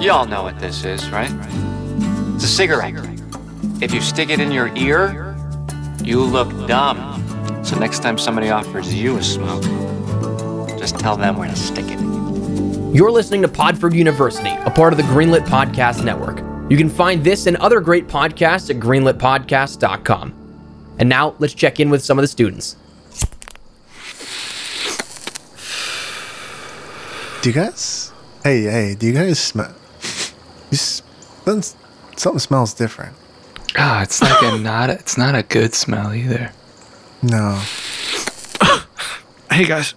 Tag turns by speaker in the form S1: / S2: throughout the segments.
S1: You all know what this is, right? It's a cigarette. If you stick it in your ear, you look dumb. So next time somebody offers you a smoke, just tell them where to stick it.
S2: You're listening to Podford University, a part of the Greenlit Podcast Network. You can find this and other great podcasts at greenlitpodcast.com. And now let's check in with some of the students.
S3: Do you guys? Hey, hey, do you guys smell? Something, something smells different.
S4: Ah, it's like a not. It's not a good smell either.
S3: No.
S5: Hey guys,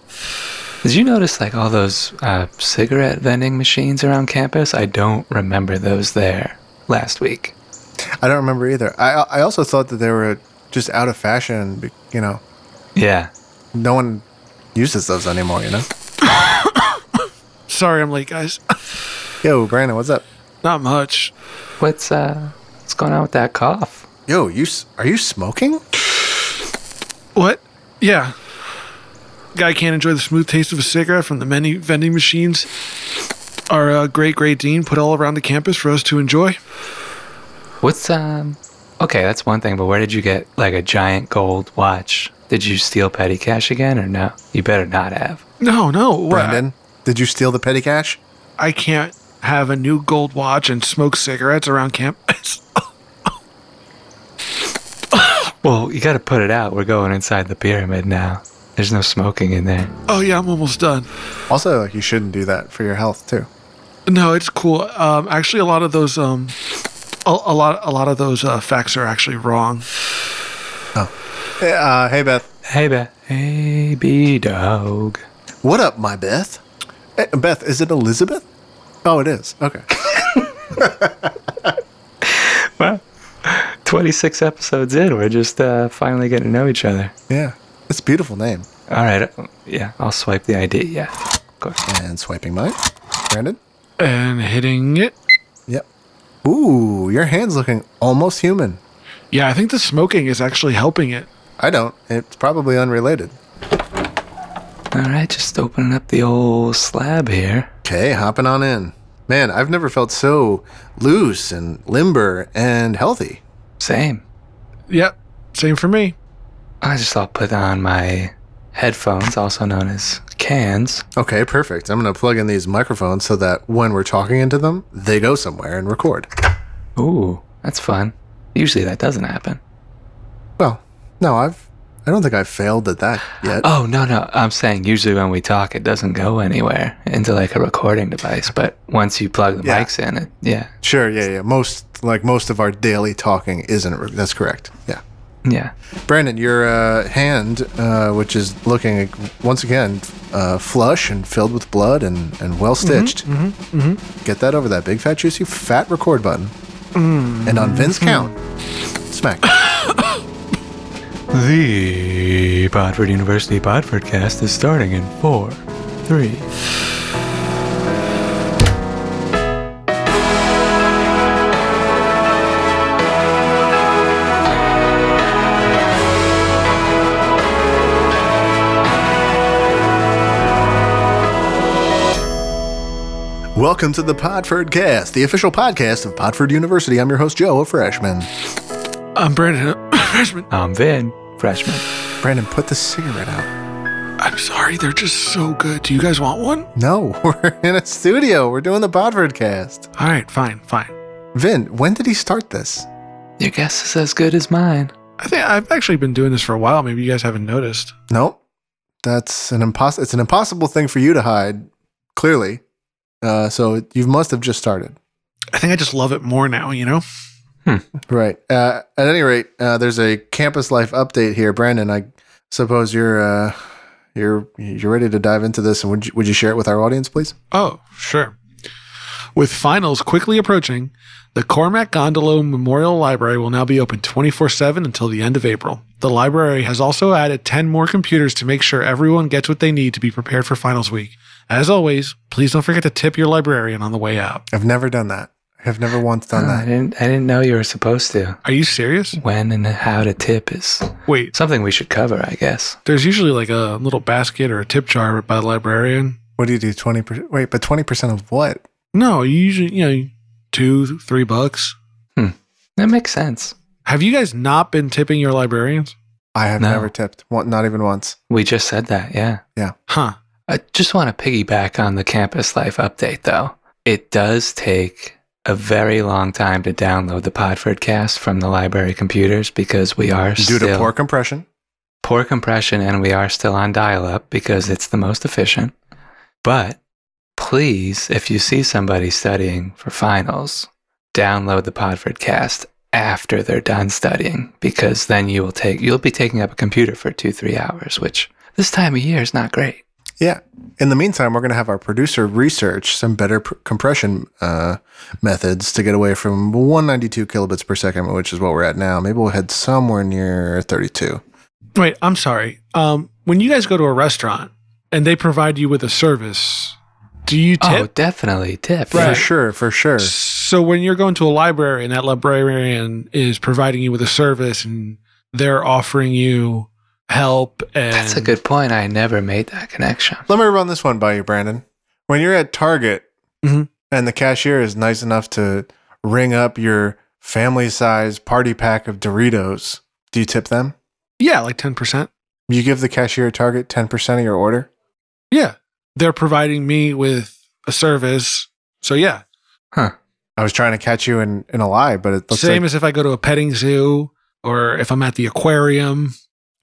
S4: Did you notice like all those uh, cigarette vending machines around campus? I don't remember those there last week.
S3: I don't remember either. I I also thought that they were just out of fashion. be- You know,
S4: Yeah,
S3: no one uses those anymore. You know.
S5: sorry I'm late, guys.
S3: Yo, Brandon, what's up?
S5: Not much.
S4: what's uh, what's going on with that cough?
S3: Yo, you s- are you smoking?
S5: What? Yeah. Guy can't enjoy the smooth taste of a cigarette from the many vending machines our uh, great great dean put all around the campus for us to enjoy.
S4: What's um? Okay, that's one thing. But where did you get like a giant gold watch? Did you steal petty cash again or no? You better not have.
S5: No, no. what-
S3: Brandon, did you steal the petty cash?
S5: I can't have a new gold watch and smoke cigarettes around campus.
S4: Well, you got to put it out. We're going inside the pyramid now. There's no smoking in there.
S5: oh yeah, I'm almost done.
S3: Also, you shouldn't do that for your health too.
S5: No, it's cool. Um, actually, a lot of those, um, a, a lot, a lot of those uh, facts are actually wrong.
S3: Hey, Uh, hey, Beth.
S4: Hey, ba- hey, bee dog.
S3: What up, my Beth? Eh, Beth, is it Elizabeth? Oh, it is. Okay.
S4: Well, 26 episodes in, we're just uh, finally getting to know each other.
S3: Yeah. It's a beautiful name.
S4: All right, uh, yeah, I'll swipe the ID. Yeah, of course.
S3: And swiping mine. Brandon?
S5: And hitting it.
S3: Yep. Ooh, your hand's looking almost human.
S5: Yeah, I think the smoking is actually helping it.
S3: I don't. It's probably unrelated.
S4: All right, just opening up the old slab here.
S3: Okay, hopping on in. Man, I've never felt so loose and limber and healthy.
S4: Same.
S5: Yep, same for me.
S4: I just I'll put on my headphones, also known as cans.
S3: Okay, perfect. I'm going to plug in these microphones so that when we're talking into them, they go somewhere and record.
S4: Ooh, that's fun. Usually that doesn't happen.
S3: Well, no, I've. I don't think I've failed at that yet.
S4: Oh, no, no. I'm saying usually when we talk, it doesn't go anywhere into like a recording device. But once you plug the
S3: Yeah.
S4: mics in, it, yeah,
S3: Sure, yeah, yeah. Most like most of our daily talking isn't. Re- that's correct. Yeah,
S4: yeah.
S3: Brandon, your uh, hand, uh, which is looking once again uh, flush and filled with blood and and well stitched. Get that over that big fat juicy fat record button, and on Vin's count, smack.
S4: The Bodford University Bodfordcast is starting in four, three.
S3: Welcome to the Podford Cast, the official podcast of Podford University. I'm your host Joe, a freshman.
S5: I'm Brandon, a freshman.
S4: I'm Vin, freshman.
S3: Brandon, put the cigarette out.
S5: I'm sorry, they're just so good. Do you guys want one?
S3: No, we're in a studio. We're doing the Podford Cast.
S5: All right, fine, fine.
S3: Vin, when did he start this?
S4: Your guess is as good as mine.
S5: I think I've actually been doing this for a while. Maybe you guys haven't noticed.
S3: Nope. That's an impossible. It's an impossible thing for you to hide. Clearly, uh, so you must have just started.
S5: I think I just love it more now. You know?
S3: Right. Uh, at any rate, uh, there's a campus life update here, Brandon. I suppose you're uh, you're you're ready to dive into this, and would you, would you share it with our audience, please?
S5: Oh, sure. With finals quickly approaching, the Cormac Gondolo Memorial Library will now be open 24 7 until the end of April. The library has also added 10 more computers to make sure everyone gets what they need to be prepared for finals week. As always, please don't forget to tip your librarian on the way out.
S3: I've never done that. I have never once done
S4: Oh, I
S3: that.
S4: didn't. I didn't know you were supposed to.
S5: Are you serious?
S4: When and how to tip is
S5: Wait,
S4: something we should cover, I guess.
S5: there's usually like a little basket or a tip jar by the librarian.
S3: What do you do? Twenty percent. Wait, but twenty percent of what?
S5: No, you usually, you know, two, three bucks.
S4: That makes sense.
S5: Have you guys not been tipping your librarians?
S3: I have
S4: No.
S3: never tipped, one, not even once.
S4: We just said that, yeah.
S5: Huh.
S4: I just want to piggyback on the campus life update, though. It does take a very long time to download the Podford cast from the library computers because we are
S3: Due to
S4: still
S3: poor compression.
S4: poor compression and we are still on dial up because it's the most efficient. But please, if you see somebody studying for finals, download the Podford cast after they're done studying because then you will take you'll be taking up a computer for two, three hours, which this time of year is not great.
S3: Yeah. In the meantime, we're going to have our producer research some better pr- compression uh, methods to get away from 192 kilobits per second, which is what we're at now. Maybe we'll head somewhere near 32.
S5: Wait, I'm sorry. Um, when you guys go to a restaurant and they provide you with a service, do you
S4: Oh,
S5: tip?
S4: definitely tip.
S5: Right.
S3: For sure, for sure.
S5: So when you're going to a library and that librarian is providing you with a service and they're offering you help and
S4: That's a good point. I never made that connection.
S3: Let me run this one by you, Brandon. When you're at Target
S5: Mhm.
S3: and the cashier is nice enough to ring up your family size party pack of Doritos, do you tip them?
S5: yeah, like ten percent.
S3: You give the cashier at Target 10% of your order?
S5: Yeah, they're providing me with a service. So yeah,
S3: I was trying to catch you in, in a lie, but it looks
S5: same
S3: like
S5: as if I go to a petting zoo or if I'm at the aquarium.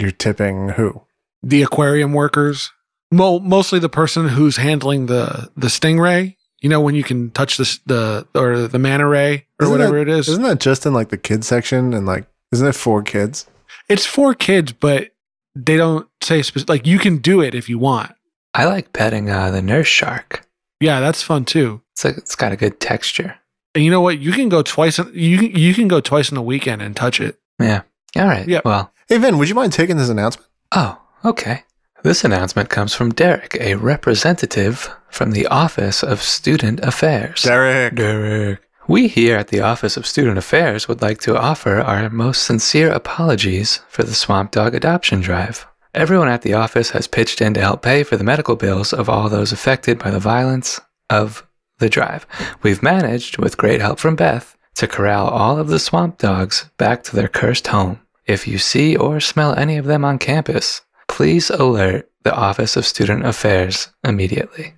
S3: you're tipping who?
S5: the aquarium workers, mo- mostly the person who's handling the the stingray. You know when you can touch this the or the manta ray or
S3: Isn't
S5: whatever it is.
S3: Isn't that just in like the kids section and like isn't it for kids?
S5: It's for kids, but they don't say spec- like you can do it if you want.
S4: I like petting uh, the nurse shark.
S5: Yeah, that's fun too.
S4: It's like it's got a good texture.
S5: And you know what? You can go twice. In, you can- you can go twice in a weekend and touch it.
S4: All right.
S5: Yeah.
S4: Well.
S3: Hey Vin, would you mind taking this announcement?
S4: Oh, okay. This announcement comes from Derek, a representative from the Office of Student Affairs.
S3: Derek.
S4: Derek. We here at the Office of Student Affairs would like to offer our most sincere apologies for the Swamp Dog adoption drive. Everyone at the office has pitched in to help pay for the medical bills of all those affected by the violence of the drive. We've managed, with great help from Beth, to corral all of the swamp dogs back to their cursed home. If you see or smell any of them on campus, please alert the Office of Student Affairs immediately.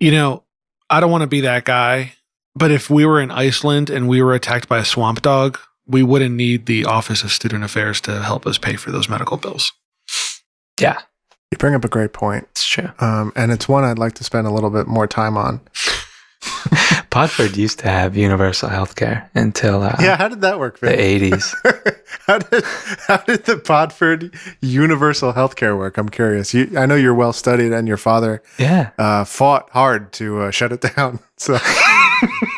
S5: You know, I don't want to be that guy, but if we were in Iceland and we were attacked by a swamp dog, we wouldn't need the Office of Student Affairs to help us pay for those medical bills.
S4: Yeah,
S3: You bring up a great point.
S4: it's true.
S3: Um, and it's one I'd like to spend a little bit more time on.
S4: Podford used to have universal health care until uh,
S3: yeah, how did that work,
S4: the
S3: Vin?
S4: 80s.
S3: how did how did the Podford universal healthcare work? I'm curious. You, I know you're well studied, and your father
S4: Yeah.
S3: uh, fought hard to uh, shut it down. So,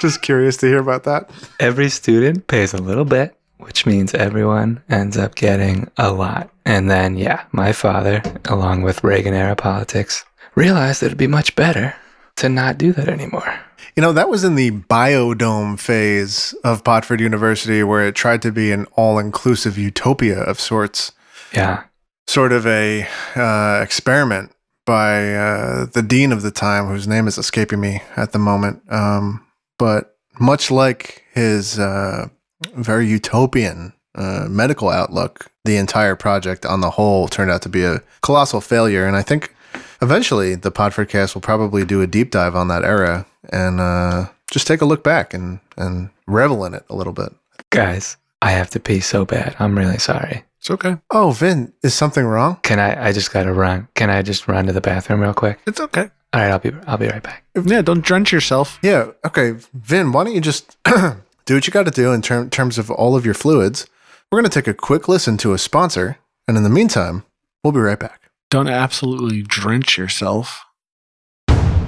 S3: just curious to hear about that.
S4: Every student pays a little bit, which means everyone ends up getting a lot. And then, yeah, my father, along with Reagan era politics, realized that it'd be much better to not do that anymore.
S3: You know, that was in the biodome phase of Potford University, where it tried to be an all-inclusive utopia of sorts.
S4: Yeah.
S3: sort of a uh, experiment by uh, the dean of the time, whose name is escaping me at the moment. Um, but much like his uh, very utopian uh, medical outlook, the entire project on the whole turned out to be a colossal failure. And I think eventually the Podford cast will probably do a deep dive on that era and uh, just take a look back and, and revel in it a little bit.
S4: Guys, I have to pee so bad. I'm really sorry.
S5: It's okay.
S3: Oh, Vin, is something wrong?
S4: Can I? I just gotta run. Can I just run to the bathroom real quick?
S5: It's okay.
S4: All right, I'll be. I'll be right back.
S5: Yeah, don't drench yourself.
S3: Yeah. Okay, Vin, why don't you just do what you got to do in ter- terms of all of your fluids? We're going to take a quick listen to a sponsor, and in the meantime, we'll be right back.
S5: Don't absolutely drench yourself.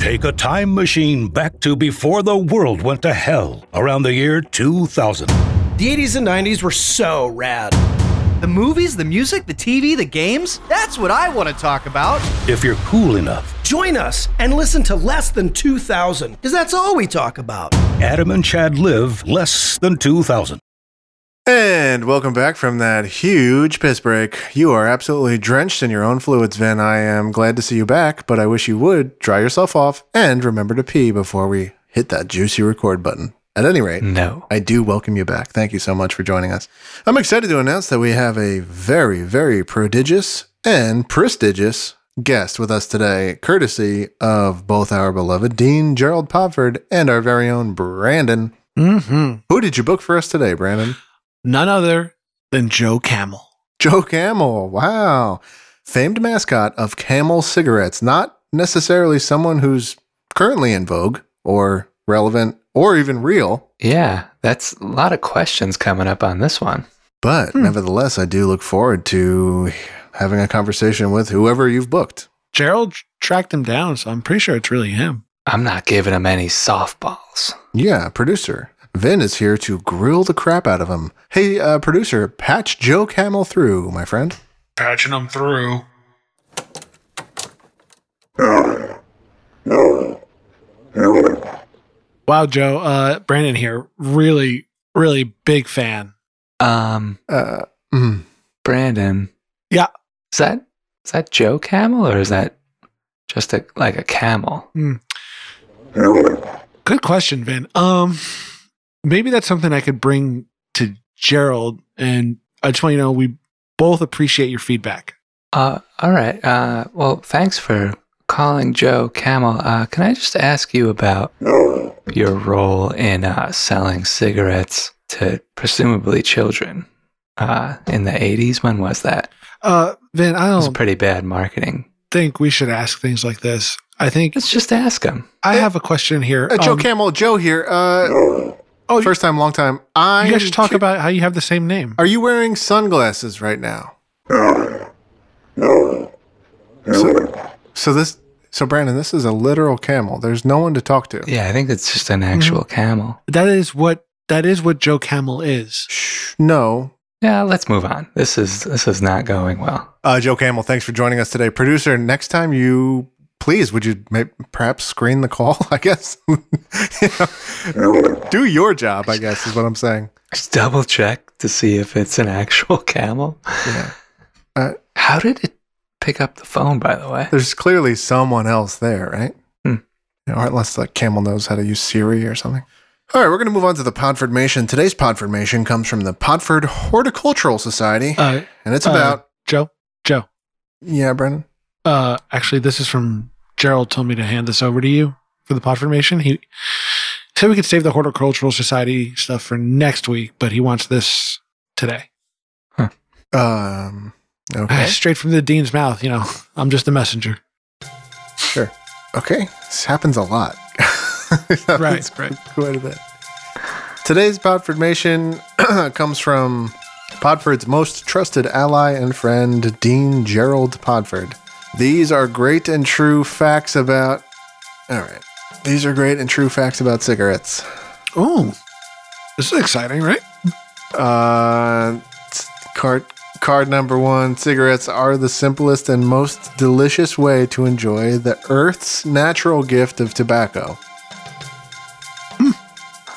S6: Take a time machine back to before the world went to hell around the year 2000.
S7: The 80s and 90s were so rad.
S8: The movies, the music, the TV, the games? That's what I want to talk about.
S6: If you're cool enough,
S7: Join us and listen to Less Than 2000, because that's all we talk about.
S6: Adam and Chad live less than 2000.
S3: And welcome back from that huge piss break. You are absolutely drenched in your own fluids, Vin. I am glad to see you back, but I wish you would dry yourself off and remember to pee before we hit that juicy record button. At any rate,
S4: No.
S3: I do welcome you back. Thank you so much for joining us. I'm excited to announce that we have a very, very prodigious and prestigious guest with us today, courtesy of both our beloved Dean Gerald Popford and our very own Brandon.
S5: Mm-hmm.
S3: Who did you book for us today, Brandon?
S5: None other than Joe Camel.
S3: Joe Camel. Wow. Famed mascot of Camel cigarettes. Not necessarily someone who's currently in vogue or relevant or even real,
S4: Yeah, that's a lot of questions coming up on this one.
S3: but
S5: Hmm.
S3: nevertheless, I do look forward to having a conversation with whoever you've booked.
S5: Gerald tr- tracked him down, so I'm pretty sure it's really him.
S4: I'm not giving him any softballs.
S3: Yeah, producer. Vin is here to grill the crap out of him. Hey, uh, producer, patch Joe Camel through, my friend.
S5: Patching him through. Wow, Joe. Uh, Brandon here. Really, really big fan.
S4: Um,
S3: Uh, mm.
S4: Brandon.
S5: Yeah.
S4: Is that is that Joe Camel or is that just a like a camel?
S5: Hmm. Good question, Vin. Um, maybe that's something I could bring to Gerald. And I just want you to know we both appreciate your feedback.
S4: Uh, all right. Uh, well, thanks for calling Joe Camel. Uh, can I just ask you about your role in uh, selling cigarettes to presumably children uh, in the 80s? When was that?
S5: Uh, Vin, I
S4: It was
S5: don't
S4: pretty bad marketing.
S5: think we should ask things like this. I think
S4: Let's just ask him.
S5: I have a question here.
S3: Uh, Joe
S5: Um,
S3: Camel, Joe here. Uh,
S5: Oh, you-
S3: first time, long time. I
S5: you guys should talk about how you have the same name.
S3: Are you wearing sunglasses right now? So, so this, so Brandon, this is a literal camel. There's no one to talk to.
S4: Yeah, I think it's just an actual camel.
S5: That is what that is what Joe Camel is.
S3: Shh, no.
S4: Yeah, let's move on. This is this is not going well.
S3: Uh, Joe Camel, thanks for joining us today, producer. Next time you, please, would you may, perhaps screen the call? I guess. You know, do your job. I guess is what I'm saying.
S4: Just double check to see if it's an actual camel.
S3: Yeah. Uh,
S4: How did it pick up the phone, by the way?
S3: There's clearly someone else there, right?
S4: Hmm.
S3: You know, or unless that camel knows how to use Siri or something. All right, we're going to move on to the Podfordmation. Today's Podfordmation comes from the Podford Horticultural Society,
S5: Uh,
S3: and it's
S5: uh,
S3: about
S5: Joe. Joe.
S3: yeah, Brennan.
S5: Uh, actually, this is from Gerald. Told me to hand this over to you for the pod formation. He said we could save the horticultural society stuff for next week, but he wants this today,
S3: Um, okay,
S5: straight from the dean's mouth. You know, I'm just a messenger.
S3: sure. Okay, this happens a lot. It happens
S5: right.
S3: quite a bit. Today's Podfordmation comes from Podford's most trusted ally and friend, Dean Gerald Podford. These are great and true facts about. All right. These are great and true facts about cigarettes.
S5: Oh, this is exciting, right?
S3: Uh, s- card card number one: cigarettes are the simplest and most delicious way to enjoy the Earth's natural gift of tobacco.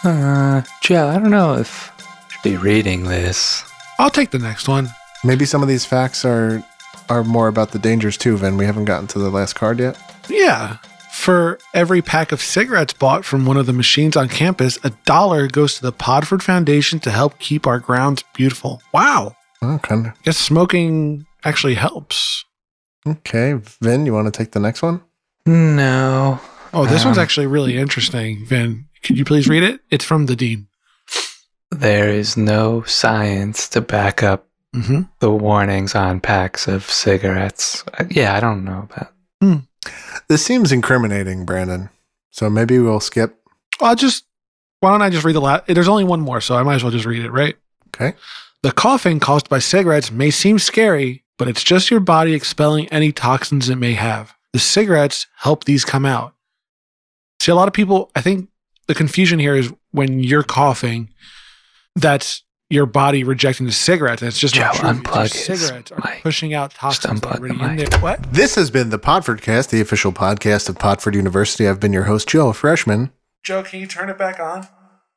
S4: Uh, Joe, I don't know if I should be reading this.
S5: I'll take the next one.
S3: Maybe some of these facts are are more about the dangers too, Vin. We haven't gotten to the last card yet.
S5: Yeah. For every pack of cigarettes bought from one of the machines on campus, a dollar goes to the Podford Foundation to help keep our grounds beautiful. Wow.
S3: Okay.
S5: I guess smoking actually helps.
S3: Okay, Vin, you want to take the next one?
S4: No.
S5: Oh, this one's
S4: Um,
S5: actually really interesting, Vin. Could you please read it? It's from the dean.
S4: There is no science to back up
S5: Mm-hmm.
S4: the warnings on packs of cigarettes. Uh, Yeah, I don't know about.
S3: This seems incriminating, Brandon. So maybe we'll skip.
S5: I'll just, why don't I just read the last? There's only one more, so I might as well just read it, right?
S3: Okay.
S5: The coughing caused by cigarettes may seem scary, but it's just your body expelling any toxins it may have. The cigarettes help these come out. See, a lot of people, I think the confusion here is when you're coughing, that's your body rejecting the cigarettes. And it's just not
S4: Joe,
S5: true. It's
S4: unplug
S5: your
S4: his
S5: cigarettes are
S4: mic.
S5: pushing out toxins
S4: unplug
S5: already
S4: the
S5: in
S4: mic.
S5: there. What?
S3: This has been the Podfordcast, the official podcast of Podford University. I've been your host, Joe, a freshman.
S5: Joe, can you turn it back on?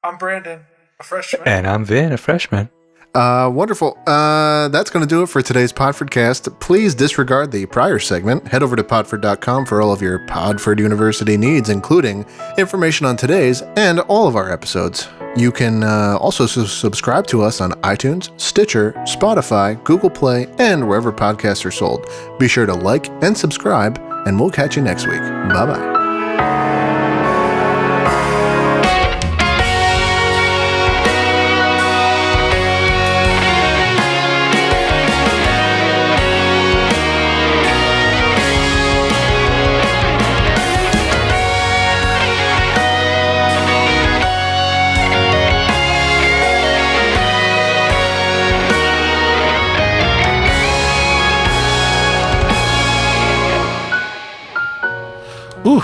S5: I'm Brandon, a freshman.
S4: And I'm Vin, a freshman.
S3: Uh, wonderful. Uh, that's going to do it for today's Podfordcast. Please disregard the prior segment. Head over to podford.com for all of your Podford University needs, including information on today's and all of our episodes. You can uh, also su- subscribe to us on iTunes, Stitcher, Spotify, Google Play, and wherever podcasts are sold. Be sure to like and subscribe, and we'll catch you next week. Bye bye.
S5: Ooh,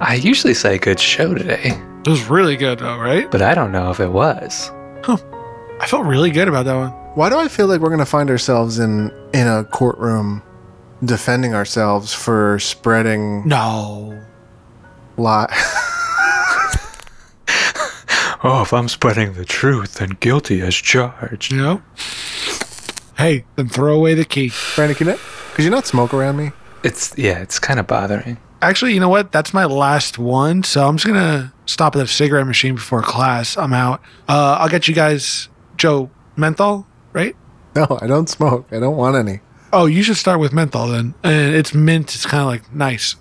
S4: I usually say good show today,
S5: it was really good, though, right?
S4: but I don't know if it was.
S5: I felt really good about that one.
S3: Why do I feel like we're going to find ourselves in in a courtroom defending ourselves for spreading
S5: No.
S3: lie?
S4: Oh, if I'm spreading the truth, then guilty as charged.
S5: You know? Hey, then throw away the key.
S3: Brandon, can I, could you not smoke around me?
S4: It's yeah, it's kind of bothering.
S5: Actually, you know what? That's my last one. So I'm just going to stop at the cigarette machine before class. I'm out. Uh, I'll get you guys, Joe, menthol, right?
S3: No, I don't smoke. I don't want any.
S5: Oh, you should start with menthol then. And it's mint. It's kind of like nice.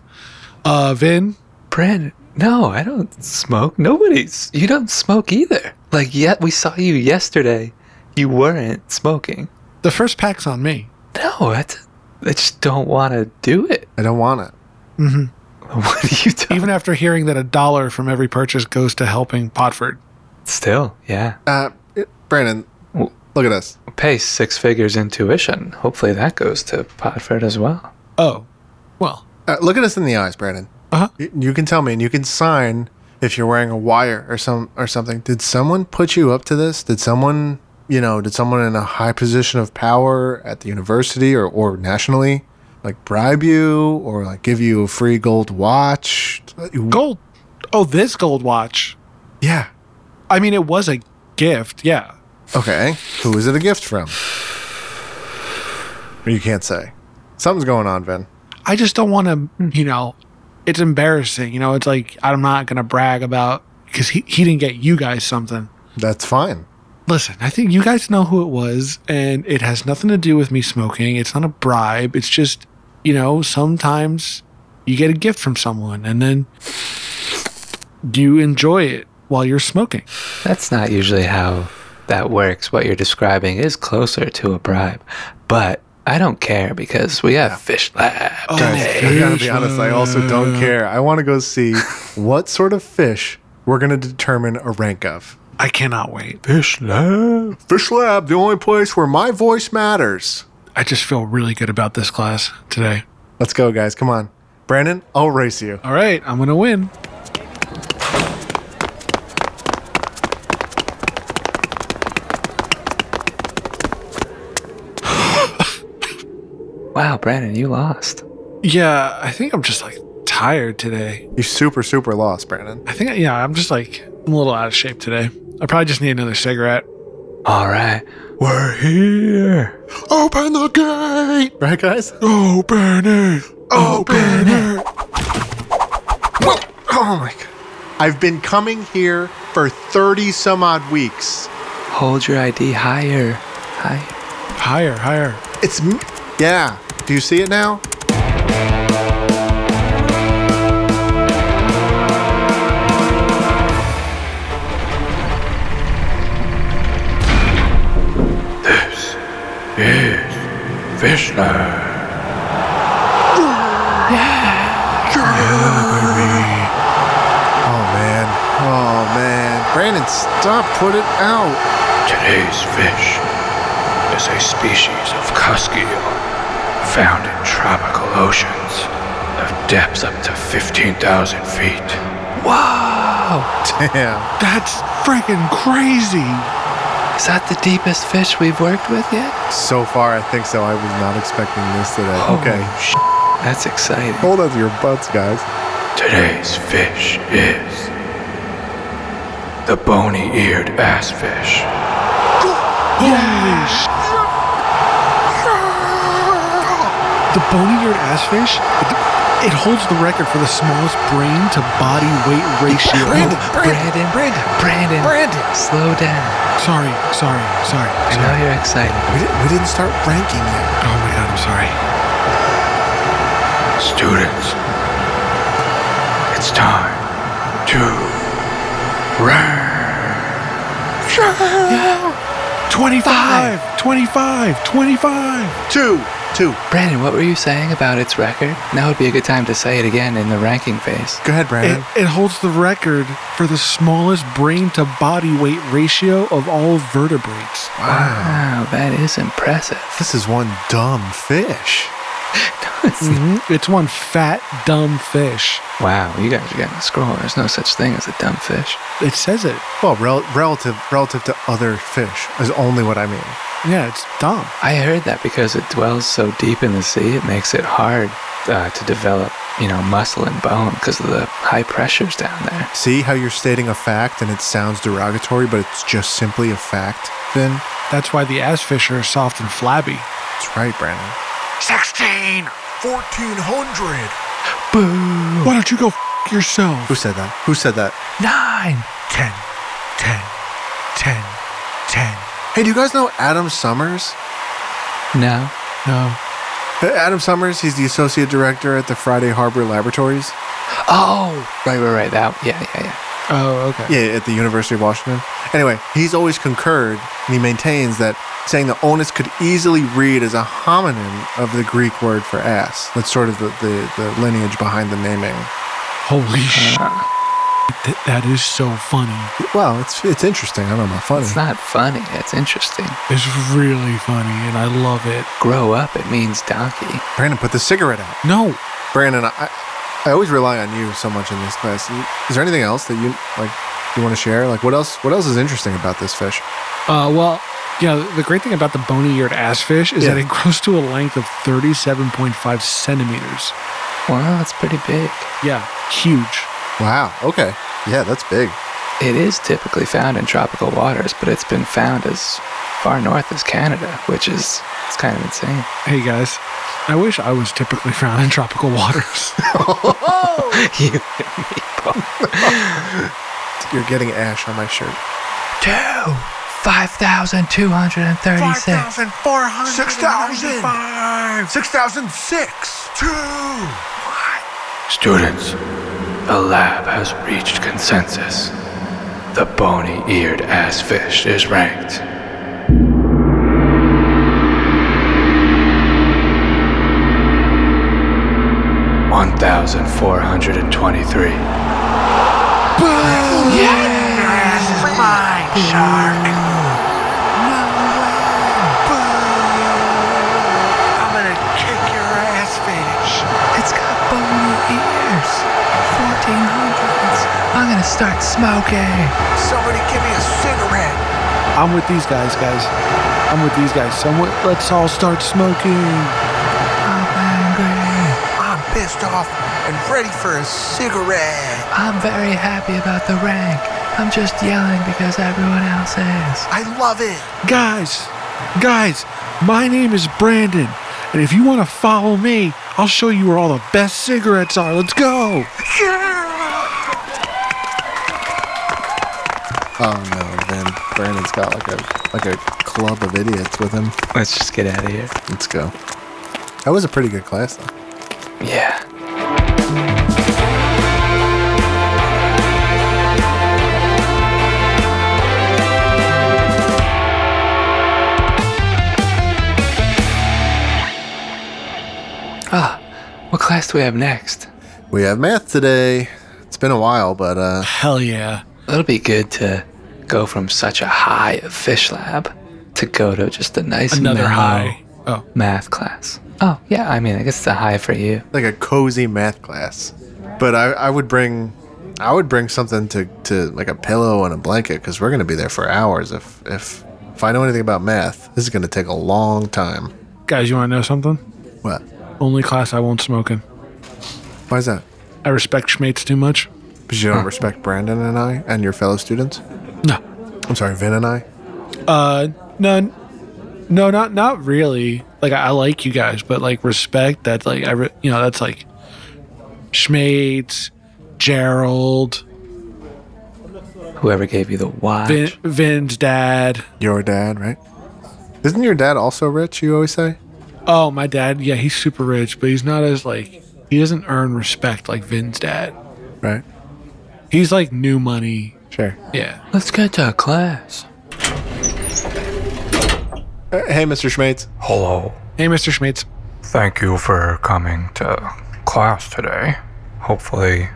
S5: Uh, Vin,
S4: Brandon, no, I don't smoke. Nobody's. You don't smoke either. Like yet, we saw you yesterday. You weren't smoking.
S5: the first pack's on me.
S4: No, that's. I just don't want to do it.
S3: I don't want it.
S4: What are you doing?
S5: Even after hearing that a dollar from every purchase goes to helping Podford.
S4: Still, yeah.
S3: Uh, it- Brandon,
S4: Well-
S3: look at us.
S4: Pay six figures in tuition. Hopefully that goes to Podford as well.
S5: Oh, well,
S3: Uh, look at us in the eyes, Brandon.
S5: Uh-huh.
S3: Y- You, can tell me, and you can sign if you're wearing a wire or some or something. Did someone put you up to this? Did someone, you know, did someone in a high position of power at the university or or nationally, like bribe you or like give you a free gold watch? Uh,
S5: gold. Oh, this gold watch.
S3: Yeah.
S5: I mean, it was a gift. Yeah.
S3: Okay. Who is it a gift from? You can't say. Something's going on, Vin.
S5: I just don't want to, you know, it's embarrassing. You know, it's like, I'm not going to brag about because he, he didn't get you guys something.
S3: That's fine.
S5: Listen, I think you guys know who it was, and it has nothing to do with me smoking. It's not a bribe. It's just, you know, sometimes you get a gift from someone and then you enjoy it while you're smoking.
S4: That's not usually how that works. What you're describing is closer to a bribe, but I don't care because we have fish lab.
S3: Guys, I gotta be honest. I also don't care. I want to go see what sort of fish we're gonna determine a rank of.
S5: I cannot wait.
S4: Fish lab.
S3: Fish Lab, the only place where my voice matters.
S5: I just feel really good about this class today.
S3: Let's go, guys. Come on, Brandon. I'll race you.
S5: All right, I'm going to win.
S4: Wow, Brandon, you lost.
S5: Yeah, I think I'm just like tired today.
S3: You super super lost, Brandon.
S5: I think, yeah, I'm just like, I'm a little out of shape today. I probably just need another cigarette.
S4: All right, we're here.
S3: Open the gate, right, guys?
S4: Open it. Open it.
S3: Oh my god. I've been coming here for thirty some odd weeks.
S4: Hold your ID higher. Higher.
S5: Higher, higher.
S3: It's m- yeah. Do you see it now?
S4: Fish lab.
S3: Oh man. Oh man. Brandon, stop. Put it out.
S9: Today's fish is a species of cuskio found in tropical oceans of depths up to 15,000 feet.
S4: Wow!
S3: Damn.
S5: That's freaking crazy.
S4: Is that the deepest fish we've worked with yet?
S3: So far, I think so. I was not expecting this today.
S5: Oh.
S3: Okay.
S4: Sh- That's exciting.
S3: Hold on to your butts, guys.
S9: Today's fish is the bony eared assfish.
S5: Holy sh! The bony-eared assfish, it, it holds the record for the smallest brain to body weight ratio. Oh,
S4: Brandon, Brandon, Brandon, Brandon, slow down.
S5: Sorry, sorry, sorry.
S4: I
S5: sorry.
S4: know you're excited.
S10: We, di- we didn't start ranking yet.
S5: Oh my god, I'm sorry.
S9: Students, it's time to rank.
S5: 25, 25, 25.
S3: Two, two.
S4: Brandon, what were you saying about its record? Now would be a good time to say it again in the ranking phase.
S3: Go ahead, Brandon.
S5: It, it holds the record for the smallest brain to body weight ratio of all vertebrates.
S4: Wow, that is impressive.
S3: this is one dumb fish.
S5: Mhm. It's one fat, dumb fish.
S4: Mm. Wow, you guys are getting scroll. There's no such thing as a dumb fish.
S5: It says it.
S3: Well, rel- relative relative to other fish is only what I mean.
S5: Yeah, it's dumb.
S4: I heard that because it dwells so deep in the sea, it makes it hard uh, to develop, you know, muscle and bone because of the high pressures down there.
S3: See how you're stating a fact and it sounds derogatory, but it's just simply a fact. Then
S5: That's why the ass fish are soft and flabby.
S3: that's right, Brandon.
S10: 1400.
S5: Why don't you go f- yourself?
S3: Who said that? Who said that?
S4: Nine.
S10: 10, 10, 10, 10.
S3: Hey, do you guys know Adam Summers?
S4: No.
S5: No.
S3: Uh, Adam Summers, he's the associate director at the Friday Harbor Laboratories.
S4: Oh, right, right, right. That. Yeah, yeah, yeah.
S5: Oh, okay.
S3: Yeah, at the University of Washington. Anyway, he's always concurred and he maintains that saying the onus could easily read as a homonym of the Greek word for ass. That's sort of the, the, the lineage behind the naming.
S5: Holy sh! Uh. Th- that is so funny.
S3: Well, it's it's interesting. I don't know, funny.
S4: It's not funny. It's interesting.
S5: It's really funny, and I love it.
S4: Grow up. It means donkey.
S3: Brandon, put the cigarette out.
S5: No,
S3: Brandon, I I always rely on you so much in this class. Is there anything else that you like you want to share? Like what else what else is interesting about this fish?
S5: Uh, well, yeah, the great thing about the bony eared ass fish is
S3: Yeah.
S5: that it grows to a length of 37.5 centimeters.
S4: Wow, that's pretty big.
S5: Yeah, huge.
S3: Wow. Okay. Yeah, that's big.
S4: It is typically found in tropical waters, but it's been found as far north as Canada, which is it's kind of insane.
S5: Hey guys, I wish I was typically found in tropical waters.
S4: you meatball.
S3: You're getting ash on my shirt.
S4: Two. 5,236.
S10: 6,000. 6,006. 2.
S9: Students, the lab has reached consensus. The bony eared ass fish is ranked. One thousand four hundred and twenty-three.
S10: I'm going to kick your ass, bitch.
S4: It's got bony ears. 1400s. I'm gonna start smoking.
S10: Somebody give me a cigarette.
S5: I'm with these guys, guys. I'm with these guys. Someone, let's all start smoking.
S4: I'm angry.
S10: I'm pissed off and ready for a cigarette.
S4: I'm very happy about the rank. I'm just yelling because everyone else is.
S10: I love it.
S5: Guys, guys, my name is Brandon, and if you want to follow me, I'll show you where all the best cigarettes are. Let's go.
S3: Oh no, then Brandon's got like a like a club of idiots with him.
S4: Let's just get out of here.
S3: Let's go. That was a pretty good class though.
S4: Yeah. Ah, what class do we have next?
S3: We have math today. It's been a while, but uh
S5: Hell yeah.
S4: It'll be good to go from such a high of fish lab to go to just a nice
S5: Another
S4: mellow
S5: high. Oh.
S4: math class. Oh yeah, I mean I guess it's a high for you.
S3: like a cozy math class. But I, I would bring I would bring something to, to like a pillow and a blanket because we're gonna be there for hours if if if I know anything about math, this is gonna take a long time.
S5: Guys, you want to know something?
S3: What?
S5: Only class I won't smoke in.
S3: Why is that?
S5: I respect schmates too much.
S3: Because you don't respect Brandon and I and your fellow students?
S5: No.
S3: I'm sorry, Vin and I?
S5: Uh, No, no, not not really. Like I, I like you guys, but like respect. That's like I, re- you know, that's like Schmate, Gerald,
S11: Whoever gave you the watch.
S5: Vin, Vin's dad.
S3: Your dad, right? Isn't your dad also rich? You always say.
S5: Oh, my dad. Yeah, he's super rich, but he's not as like he doesn't earn respect like Vin's dad.
S3: Right.
S5: He's like new money.
S3: Sure.
S5: Yeah.
S11: Let's get to class.
S3: Uh, hey, Mr. Schmates.
S4: Hello.
S5: Hey, Mr. Schmates.
S4: Thank you for coming to class today. Hopefully,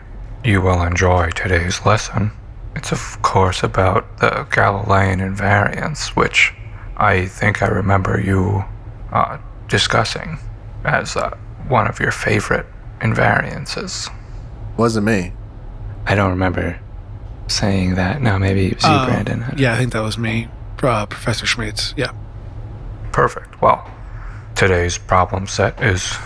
S4: you will enjoy today's lesson. It's, of course, about the Galilean invariance, which I think I remember you uh, discussing as uh, one of your favorite invariances.
S3: Wasn't me.
S11: I don't remember saying that. No, maybe it was you,
S5: Uh,
S11: Brandon.
S5: Yeah, I think that was me, uh, Professor Schmates. Yeah.
S4: Perfect. Well, today's problem set is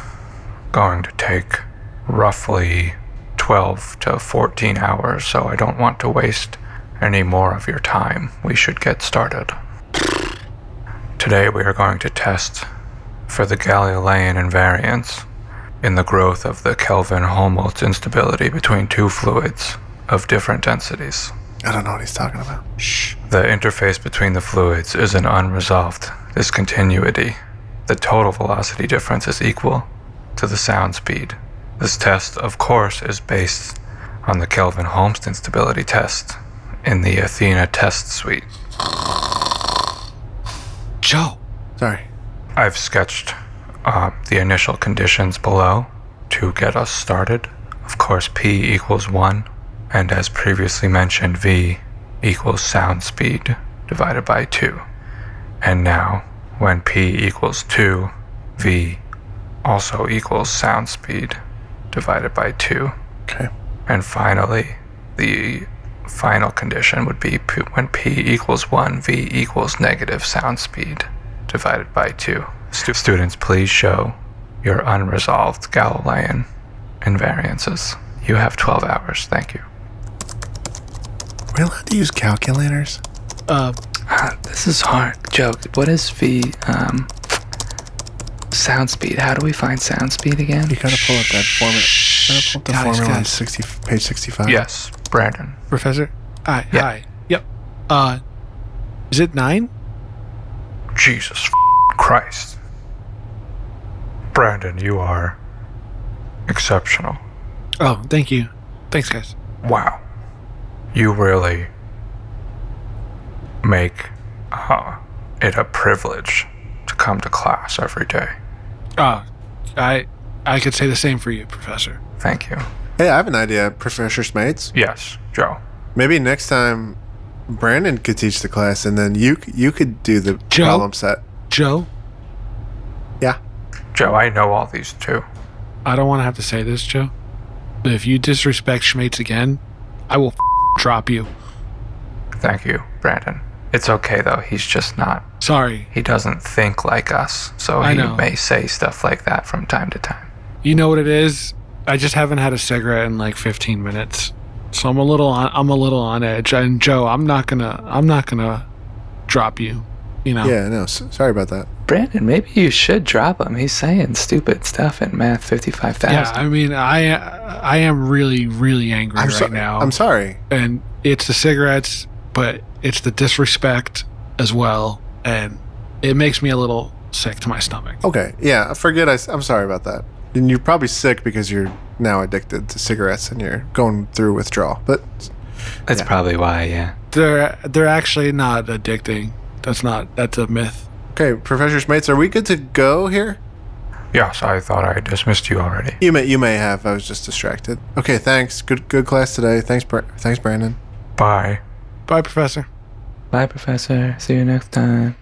S4: going to take roughly 12 to 14 hours, so I don't want to waste any more of your time. We should get started. Today we are going to test for the Galilean invariance in the growth of the Kelvin-Helmholtz instability between two fluids of different densities.
S3: I don't know what he's talking about.
S4: The interface between the fluids is an unresolved discontinuity. The total velocity difference is equal to the sound speed. This test, of course, is based on the Kelvin Holmes instability test in the Athena test suite.
S5: Joe.
S3: Sorry.
S4: I've sketched um, the initial conditions below to get us started. Of course, P equals 1, and as previously mentioned, V equals sound speed divided by 2. And now, when P equals 2, V also equals sound speed divided by 2.
S3: Okay.
S4: And finally, the final condition would be p- when p equals 1, v equals negative sound speed divided by 2. Stu- students, please show your unresolved Galilean invariances. You have 12 hours. Thank you.
S3: Are we allowed to use calculators?
S5: Uh,
S11: Ah, this is hard. Joke. What is V? Um, sound speed. How do we find sound speed again?
S3: You gotta pull up that formula. Gotta pull up the
S5: Guys,
S3: formula on
S5: guys.
S3: 60, page 65.
S4: Yes, Brandon.
S5: Professor. Hi.
S4: Yeah.
S5: Hi. Yep. Uh, is it nine?
S4: Jesus f- Christ. Brandon, you are exceptional.
S5: Oh, thank you. Thanks, guys.
S4: wow, you really make uh, it a privilege to come to class every day.
S5: Uh, I, I could say the same for you, Professor.
S4: Thank you.
S3: Hey, I have an idea, Professor Schmates.
S4: Yes, Joe.
S3: Maybe next time Brandon could teach the class and then you you could do the
S5: Joe?
S3: problem set.
S5: Joe,
S3: Yeah.
S4: Joe, I know all these too.
S5: I don't want to have to say this, Joe, but if you disrespect Schmates again, I will f- drop you.
S4: Thank you, Brandon. It's okay though. He's just not.
S5: Sorry.
S4: He doesn't think like us, so
S5: I
S4: he
S5: know.
S4: may say stuff like that from time to time.
S5: You know what it is? I just haven't had a cigarette in like 15 minutes. So I'm a little on I'm a little on edge. And Joe, I'm not going to I'm not going to drop you, you know.
S3: Yeah, no, s sorry about that.
S11: Brandon, maybe you should drop him. He's saying stupid stuff in math 55,000.
S5: Yeah, I mean, I I am really really angry
S3: I'm
S5: right
S3: so-
S5: now.
S3: I'm sorry.
S5: and it's the cigarettes, but it's the disrespect as well and it makes me a little sick to my stomach.
S3: Okay. Yeah, I forget I am sorry about that. And you're probably sick because you're now addicted to cigarettes and you're going through withdrawal. But
S11: That's probably why, yeah.
S5: They're they're actually not addicting. That's not that's a myth.
S3: okay, Professor Schmates, are we good to go here?
S4: Yes, I thought I dismissed you already.
S3: You may you may have. I was just distracted. Okay, thanks. Good good class today. Thanks Bra- thanks Brandon.
S4: Bye.
S5: Bye, professor.
S11: Bye, Professor. See you next time.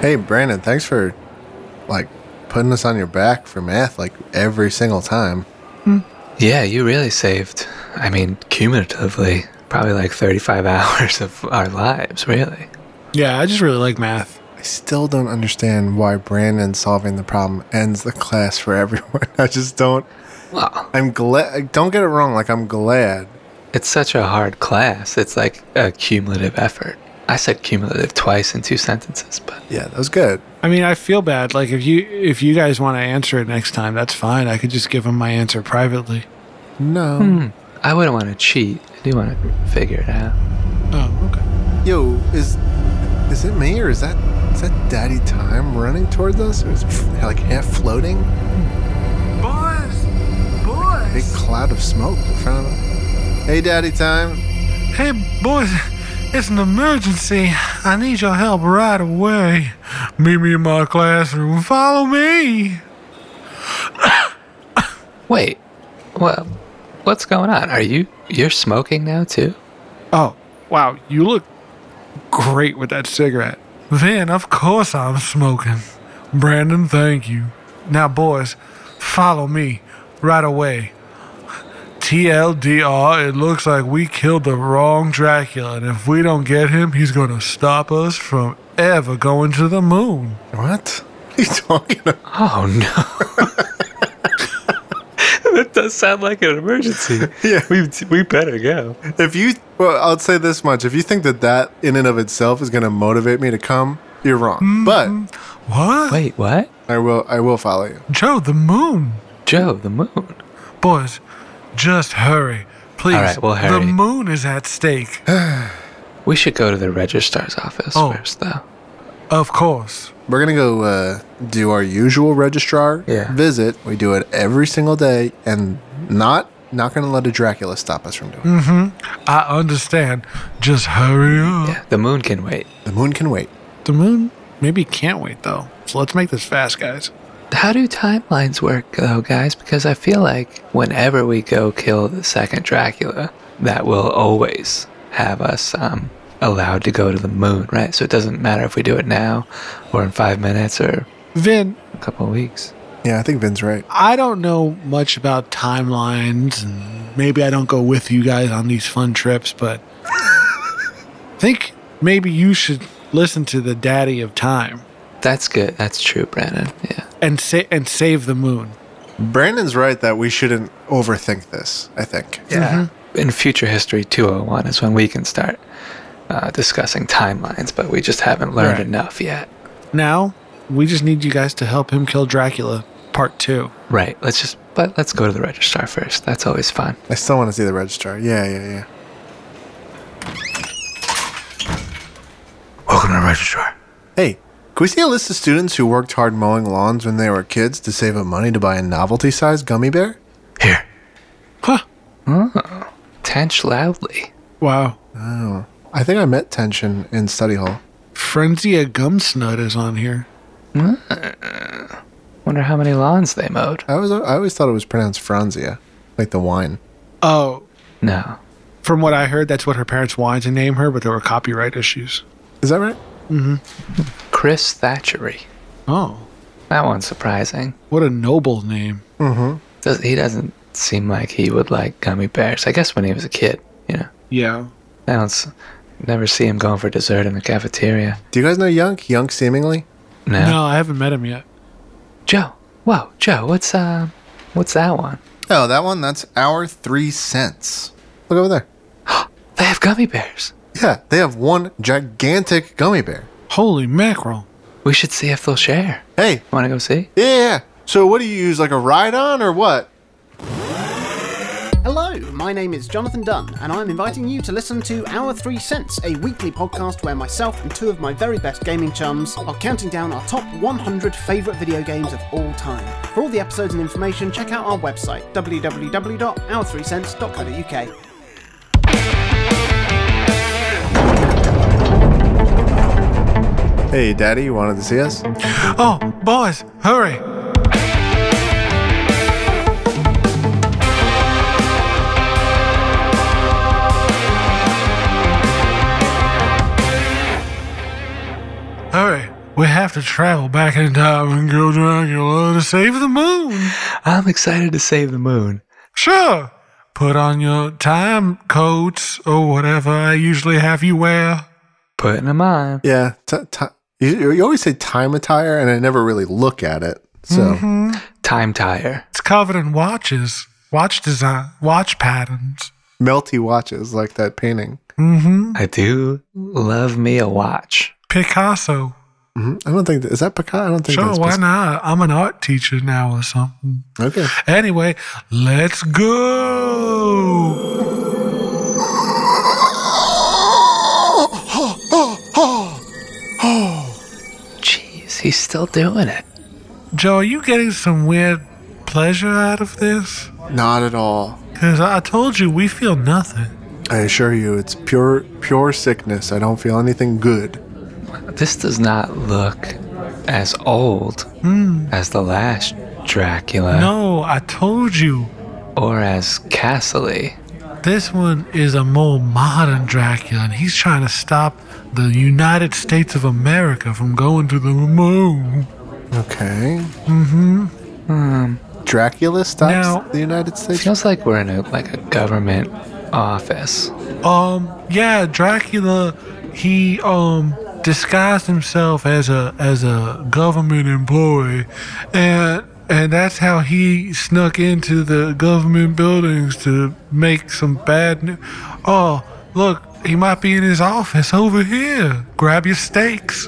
S3: Hey Brandon, thanks for like putting us on your back for math like every single time.
S4: Yeah, you really saved, I mean, cumulatively, probably like 35 hours of our lives, really.
S5: Yeah, I just really like math.
S3: I still don't understand why Brandon solving the problem ends the class for everyone. I just don't.
S4: Well,
S3: I'm glad. Don't get it wrong. Like I'm glad.
S4: It's such a hard class. It's like a cumulative effort. I said cumulative twice in two sentences, but
S3: Yeah, that was good.
S5: I mean, I feel bad. Like if you if you guys want to answer it next time, that's fine. I could just give them my answer privately.
S3: No.
S4: I wouldn't want to cheat. I do want to figure it out.
S5: Oh, okay.
S3: Yo, is is it me or is that is that Daddy Time running towards us or is it like half floating?
S10: Boys,
S3: Big
S10: boys.
S3: cloud of smoke in front of us. Hey, Daddy Time.
S5: Hey, boys, it's an emergency. I need your help right away. Meet me in my classroom. Follow me.
S4: Wait, well, what's going on? Are you you're smoking now too?
S5: Oh, wow, you look great with that cigarette. Then, of course, I'm smoking. Brandon, thank you. Now, boys, follow me right away. TLDR, it looks like we killed the wrong Dracula, and if we don't get him, he's gonna stop us from ever going to the moon.
S3: What? What are you talking about?
S4: Oh no. that does sound like an emergency.
S3: Yeah.
S4: we we better go.
S3: If you, well, I'll say this much. If you think that that in and of itself is going to motivate me to come, you're wrong. But
S5: What?
S4: Wait, what?
S3: I will, I will follow you.
S5: Joe, the moon.
S4: Joe, the moon.
S5: Boys, just hurry. Please.
S4: All right, we'll
S5: The
S4: hurry.
S5: moon is at stake.
S4: We should go to the registrar's office
S5: Oh.
S4: first, though.
S5: of course.
S3: We're gonna go uh, do our usual registrar
S4: Yeah.
S3: visit. We do it every single day, and not not gonna let a Dracula stop us from doing. it.
S5: I understand. Just hurry up.
S4: Yeah, the moon can wait.
S3: The moon can wait.
S5: The moon maybe can't wait though. So let's make this fast, guys.
S4: How do timelines work, though, guys? Because I feel like whenever we go kill the second Dracula, that will always have us um, allowed to go to the moon, right? So it doesn't matter if we do it now or in five minutes or
S5: Vin,
S4: a couple of weeks.
S3: Yeah, I think Vin's right.
S5: I don't know much about timelines and maybe I don't go with you guys on these fun trips, but I think maybe you should listen to the daddy of time
S4: That's good. That's true, Brandon. Yeah.
S5: and sa- and save the moon.
S3: Brandon's right that we shouldn't overthink this. I think.
S4: Yeah. In Future History 201 is when we can start uh, discussing timelines, but we just haven't learned
S5: Right.
S4: enough yet.
S5: Now, we just need you guys to help him kill Dracula part 2.
S4: Right. Let's just, but let's go to the registrar first. That's always fun.
S3: I still want to see the registrar. Yeah, yeah, yeah.
S9: Welcome to the registrar.
S3: Hey, can we see a list of students who worked hard mowing lawns when they were kids to save up money to buy a novelty-sized gummy bear?
S9: Here.
S4: Tench loudly.
S5: Wow.
S3: I think I met Tension in study hall.
S5: Frenzia Gumsnut is on here.
S4: Wonder how many lawns they mowed.
S3: I was I always thought it was pronounced Franzia, like the wine.
S5: Oh,
S4: No.
S5: from what I heard, that's what her parents wanted to name her, but there were copyright issues.
S3: Is that right?
S4: Chris Thatchery.
S5: Oh,
S4: That one's surprising.
S5: what a noble name.
S4: Does, he doesn't seem like he would like gummy bears. I guess when he was a kid, you know.
S5: Yeah.
S4: I don't s- never see him going for dessert in the cafeteria.
S3: Do you guys know Yunk? Yunk seemingly.
S4: No.
S5: No, I haven't met him yet.
S4: Joe. Whoa, Joe. What's uh, what's that one?
S3: Oh, that one? That's our three cents. Look over there.
S4: They have gummy bears.
S3: Yeah, they have one gigantic gummy bear.
S5: Holy mackerel.
S4: We should see if they'll share.
S3: Hey,
S4: Want to go see?
S3: yeah, yeah. So what do you use, like a ride on or what?
S12: Hello, my name is Jonathan Dunn, and I'm inviting you to listen to Our Three Cents, a weekly podcast where myself and two of my very best gaming chums are counting down our top 100 favourite video games of all time. For all the episodes and information, check out our website, www.our3cents.co.uk.
S3: Hey, Daddy, you wanted to see us?
S5: Oh, boys, hurry. Hurry. We have to travel back in time and go Dracula to save the moon.
S4: I'm excited to save the moon.
S5: Sure. Put on your time coats or whatever I usually have you wear.
S4: Putting them on.
S3: Yeah. T- t- you, you always say time attire, and I never really look at it. So
S5: Mhm.
S4: time tire.
S5: It's covered in watches, watch design, watch patterns.
S3: melty watches like that painting.
S5: Mm-hmm.
S4: I do love me a watch.
S5: Picasso.
S3: hmm I don't think that, is that Picasso. I don't think
S5: Sure,
S3: that's
S5: why
S3: Picasso.
S5: not? I'm an art teacher now or something.
S3: Okay.
S5: Anyway, let's go.
S4: Jeez, he's still doing it.
S5: Joe, are you getting some weird pleasure out of this?
S3: Not at all.
S5: Because I told you we feel nothing.
S3: I assure you, it's pure pure sickness. I don't feel anything good.
S4: This does not look as old as the last Dracula
S5: No, I told you.
S4: or as Casterly.
S5: This one is a more modern Dracula, and he's trying to stop the United States of America from going to the moon.
S3: Okay.
S5: Mm-hmm.
S4: Hmm.
S3: Dracula stops
S5: Now-
S3: the United States.
S4: Feels like we're in a like a government office.
S5: Um, yeah, Dracula, he um disguised himself as a as a government employee, and and that's how he snuck into the government buildings to make some bad news. Oh, look, he might be in his office over here. Grab your stakes.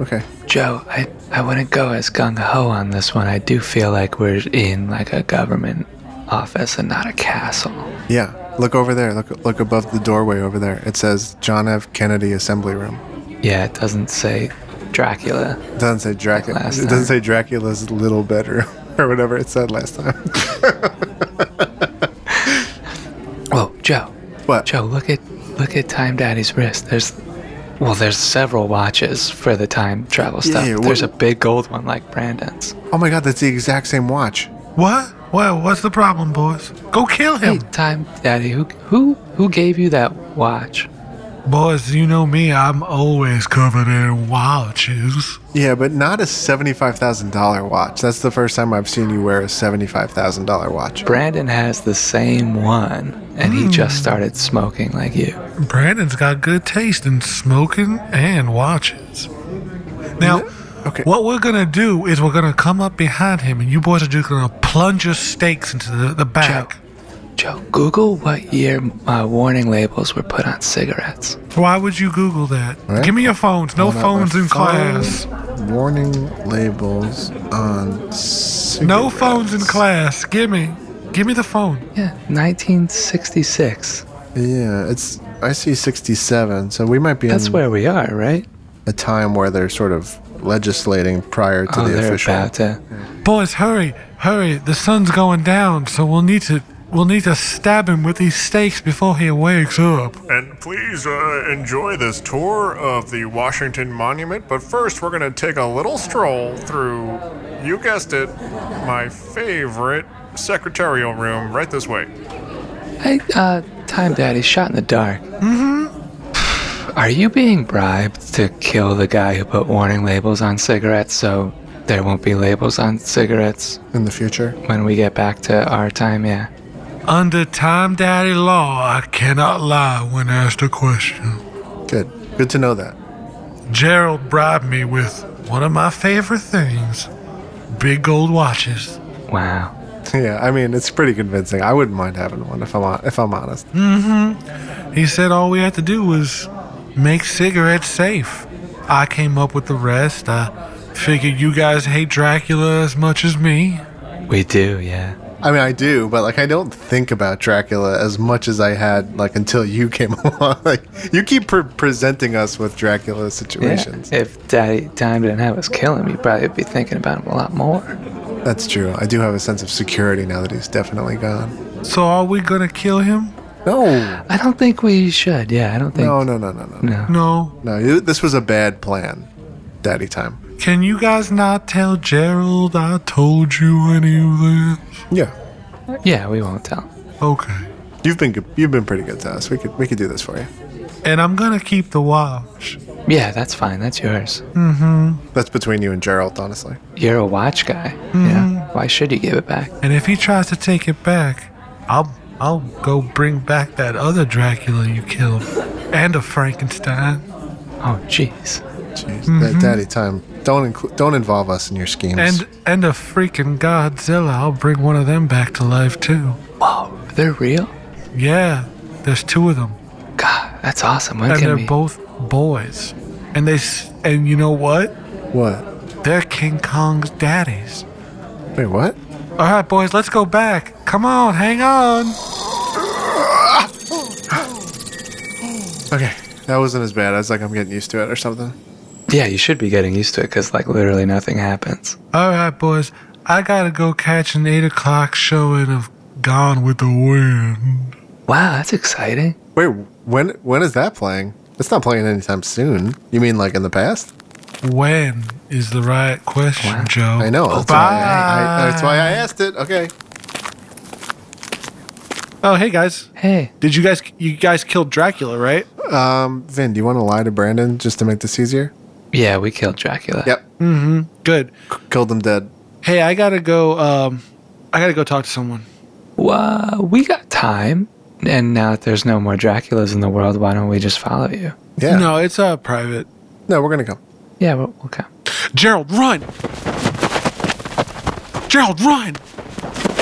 S3: Okay.
S4: Joe, I, I wouldn't go as gung ho on this one. I do feel like we're in like a government office and not a castle.
S3: Yeah. Look over there. Look look above the doorway over there. It says John F. Kennedy Assembly Room.
S4: Yeah, it doesn't say Dracula.
S3: It doesn't say Dracula.
S4: Like last
S3: It
S4: time.
S3: doesn't say Dracula's little bedroom or whatever it said last time.
S4: Oh, Joe.
S3: What?
S4: Joe, look at look at Time Daddy's wrist. There's well, there's several watches for the time travel
S3: Yeah,
S4: stuff.
S3: yeah, what-
S4: there's a big gold one like Brandon's.
S3: Oh my God, that's the exact same watch.
S5: What? Well, what's the problem, boys? Go kill
S4: Hey,
S5: him.
S4: Time Daddy, who who who gave you that watch?
S5: Boys, you know me, I'm always covered in watches.
S3: Yeah, but not a seventy-five thousand dollar watch. That's the first time I've seen you wear a seventy-five thousand dollar watch.
S4: Brandon has the same one, and
S3: Hmm.
S4: he just started smoking like you.
S5: Brandon's got good taste in smoking and watches. Now,
S3: Okay.
S5: what we're gonna do is we're gonna come up behind him, and you boys are just gonna plunge your stakes into the, the back.
S4: Joe, Google what year uh, warning labels were put on cigarettes.
S5: Why would you Google that?
S3: Right.
S5: Give me your phones. No
S3: Hold up, my
S5: phones in class.
S3: phone. Warning labels on.
S5: No
S3: cigarettes.
S5: phones in class. Give me, give me the phone.
S4: Yeah, 1966.
S3: Yeah, it's. I see sixty-seven. So we might be
S4: That's
S3: in
S4: where we are, right?
S3: a time where they're sort of legislating prior to
S4: oh,
S3: the
S4: they're
S3: official.
S4: about to.
S5: Boys, hurry, hurry! The sun's going down, so we'll need to we'll need to stab him with these stakes before he wakes up.
S13: And please uh, enjoy this tour of the Washington Monument. But first, we're going to take a little stroll through, you guessed it, my favorite secretarial room right this way.
S4: Hey, uh, Time Daddy, shot in the dark. Mm-hmm. Are you being bribed to kill the guy who put warning labels on cigarettes so there won't be labels on cigarettes
S3: in the future.
S4: when we get back to our time? Yeah.
S5: Under time daddy law, I cannot lie when asked a question.
S3: Good. Good to know that.
S5: Gerald bribed me with one of my favorite things big gold watches.
S4: Wow.
S3: Yeah, I mean it's pretty convincing. I wouldn't mind having one if I'm on, if I'm honest.
S5: He said all we had to do was make cigarettes safe. I came up with the rest. I figured you guys hate Dracula as much as me.
S4: We do, yeah.
S3: I mean I do, but like I don't think about Dracula as much as I had like until you came along. Like you keep pre- presenting us with Dracula
S4: yeah.
S3: situations.
S4: If Daddy Time didn't have us kill him, you'd probably be thinking about him a lot more.
S3: That's true. I do have a sense of security now that he's definitely gone.
S5: So are we gonna kill him?
S3: No.
S4: I don't think we should. Yeah, I don't think.
S3: No, no, no, no, no.
S4: No.
S5: No.
S3: No, you, this was a bad plan. Daddy time.
S5: Can you guys not tell Gerald I told you any of
S3: Yeah.
S4: Yeah, we won't tell.
S5: this? Okay.
S3: You've been good- you've been pretty good to us. We could we could do this for you.
S5: And I'm gonna keep the watch.
S4: Yeah, that's fine. That's yours.
S3: That's between you and Gerald, honestly.
S4: You're a watch guy. Yeah. Why should you give it back?
S5: And if he tries to take it back, I'll I'll go bring back that other Dracula you killed, and a Frankenstein.
S4: Oh, jeez.
S5: Mhm.
S3: That daddy time. Don't inclu- don't involve us in your schemes.
S5: And and a freaking Godzilla. I'll bring one of them back to life too.
S4: Wow, they're real.
S5: Yeah, there's two of them.
S4: God, that's awesome. When
S5: and
S4: can
S5: they're
S4: we-
S5: both boys. And they s- and you know what?
S3: What?
S5: They're King Kong's daddies.
S3: Wait, what?
S5: All right, boys, let's go back. Come on, hang on.
S3: okay, that wasn't as bad. I was like, I'm getting used to it or something.
S4: Yeah, you should be getting used to it because like literally nothing happens.
S5: All right, boys, I gotta go catch an eight o'clock showing of Gone with the Wind.
S4: Wow, that's exciting.
S3: Wait, when when is that playing? It's not playing anytime soon. You mean like in the past?
S5: When is the right question, Joe?
S3: I know. That's why I, I, that's why I
S5: Oh, Bye.
S3: asked it. Okay.
S5: Oh, hey guys.
S4: Hey.
S5: Did you guys you guys killed Dracula, right?
S3: Um, Vin, do you want to lie to Brandon just to make this easier?
S4: Yeah, we killed Dracula.
S3: Yep.
S5: Mm-hmm. Good.
S3: Killed him dead.
S5: Hey, I gotta go. Um, I gotta go talk to someone.
S4: Wow, we got time. And now that there's no more Draculas in the world, why don't we just follow you?
S3: Yeah.
S5: No, it's uh private.
S3: No, we're gonna go.
S4: Yeah, we'll, we'll come.
S5: Gerald, run! Gerald, run!